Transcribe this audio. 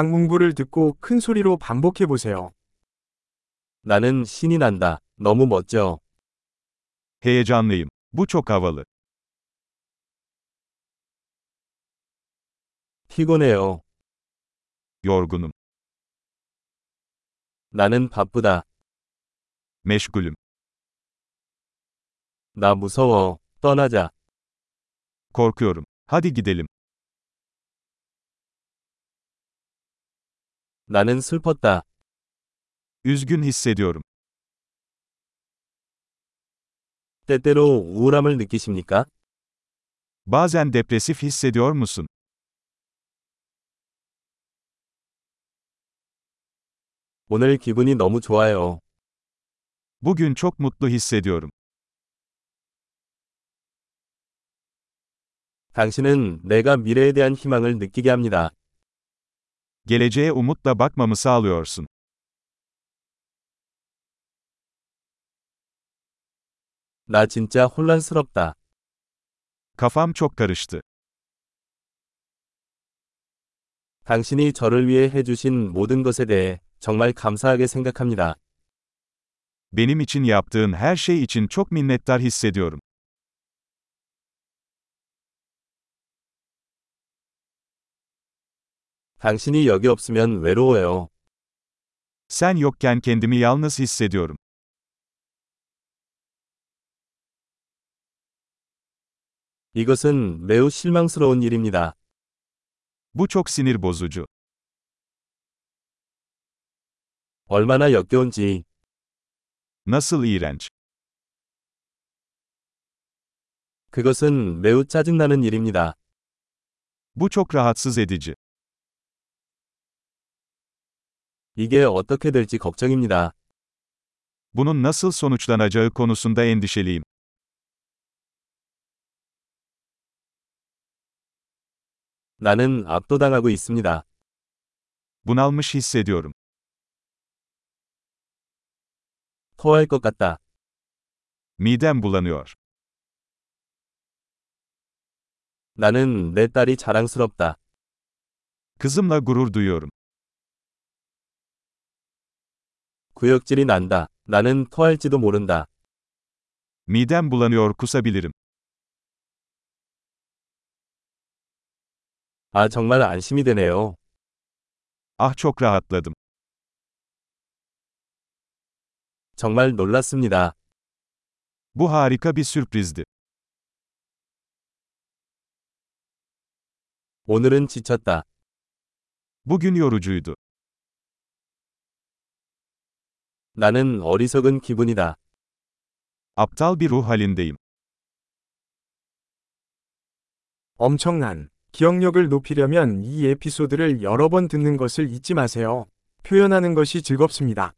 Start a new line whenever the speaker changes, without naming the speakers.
강문부를 듣고 큰 소리로 반복해 보세요.
나는 신이 난다. 너무 멋져.
Heyecanlıyım. Bu çok havalı.
피곤해요.
Yorgunum.
나는 바쁘다.
Meşgulüm.
나 무서워. 떠나자.
Korkuyorum. Hadi gidelim.
나는 슬펐다.
Üzgün hissediyorum.
때때로 우울함을 느끼십니까?
Bazen depresif hissediyor musun?
오늘 기분이 너무 좋아요.
Bugün çok mutlu hissediyorum.
당신은 내가 미래에 대한 희망을 느끼게 합니다.
Geleceğe umutla bakmamı sağlıyorsun.
나 진짜 혼란스럽다.
Kafam çok karıştı.
당신이 저를 위해 해주신 모든 것에 대해 정말 감사하게 생각합니다.
Benim için yaptığın her şey için çok minnettar hissediyorum.
당신이 여기 없으면 외로워요.
Sen yokken kendimi yalnız hissediyorum.
이것은 매우 실망스러운 일입니다.
Bu çok sinir bozucu.
얼마나 역겨운지.
Nasıl iğrenç.
그것은 매우 짜증나는 일입니다.
Bu çok rahatsız edici.
이게 어떻게 될지 걱정입니다.
Bunun nasıl sonuçlanacağı konusunda endişeliyim.
나는 압도당하고 있습니다.
Bunalmış hissediyorum.
토할 것 같다.
Midem bulanıyor.
나는 내 딸이 자랑스럽다.
Kızımla gurur duyuyorum.
구역질이 난다. 나는 토할지도 모른다.
Midem bulanıyor kusabilirim.
아, 정말 안심이 되네요.
Ah çok rahatladım.
정말 놀랐습니다.
Bu harika bir sürprizdi.
오늘은 지쳤다.
Bugün yorucuydu.
나는 어리석은 기분이다.
Aptal bir ruh halindeyim.
엄청난 기억력을 높이려면 이 에피소드를 여러 번 듣는 것을 잊지 마세요. 표현하는 것이 즐겁습니다.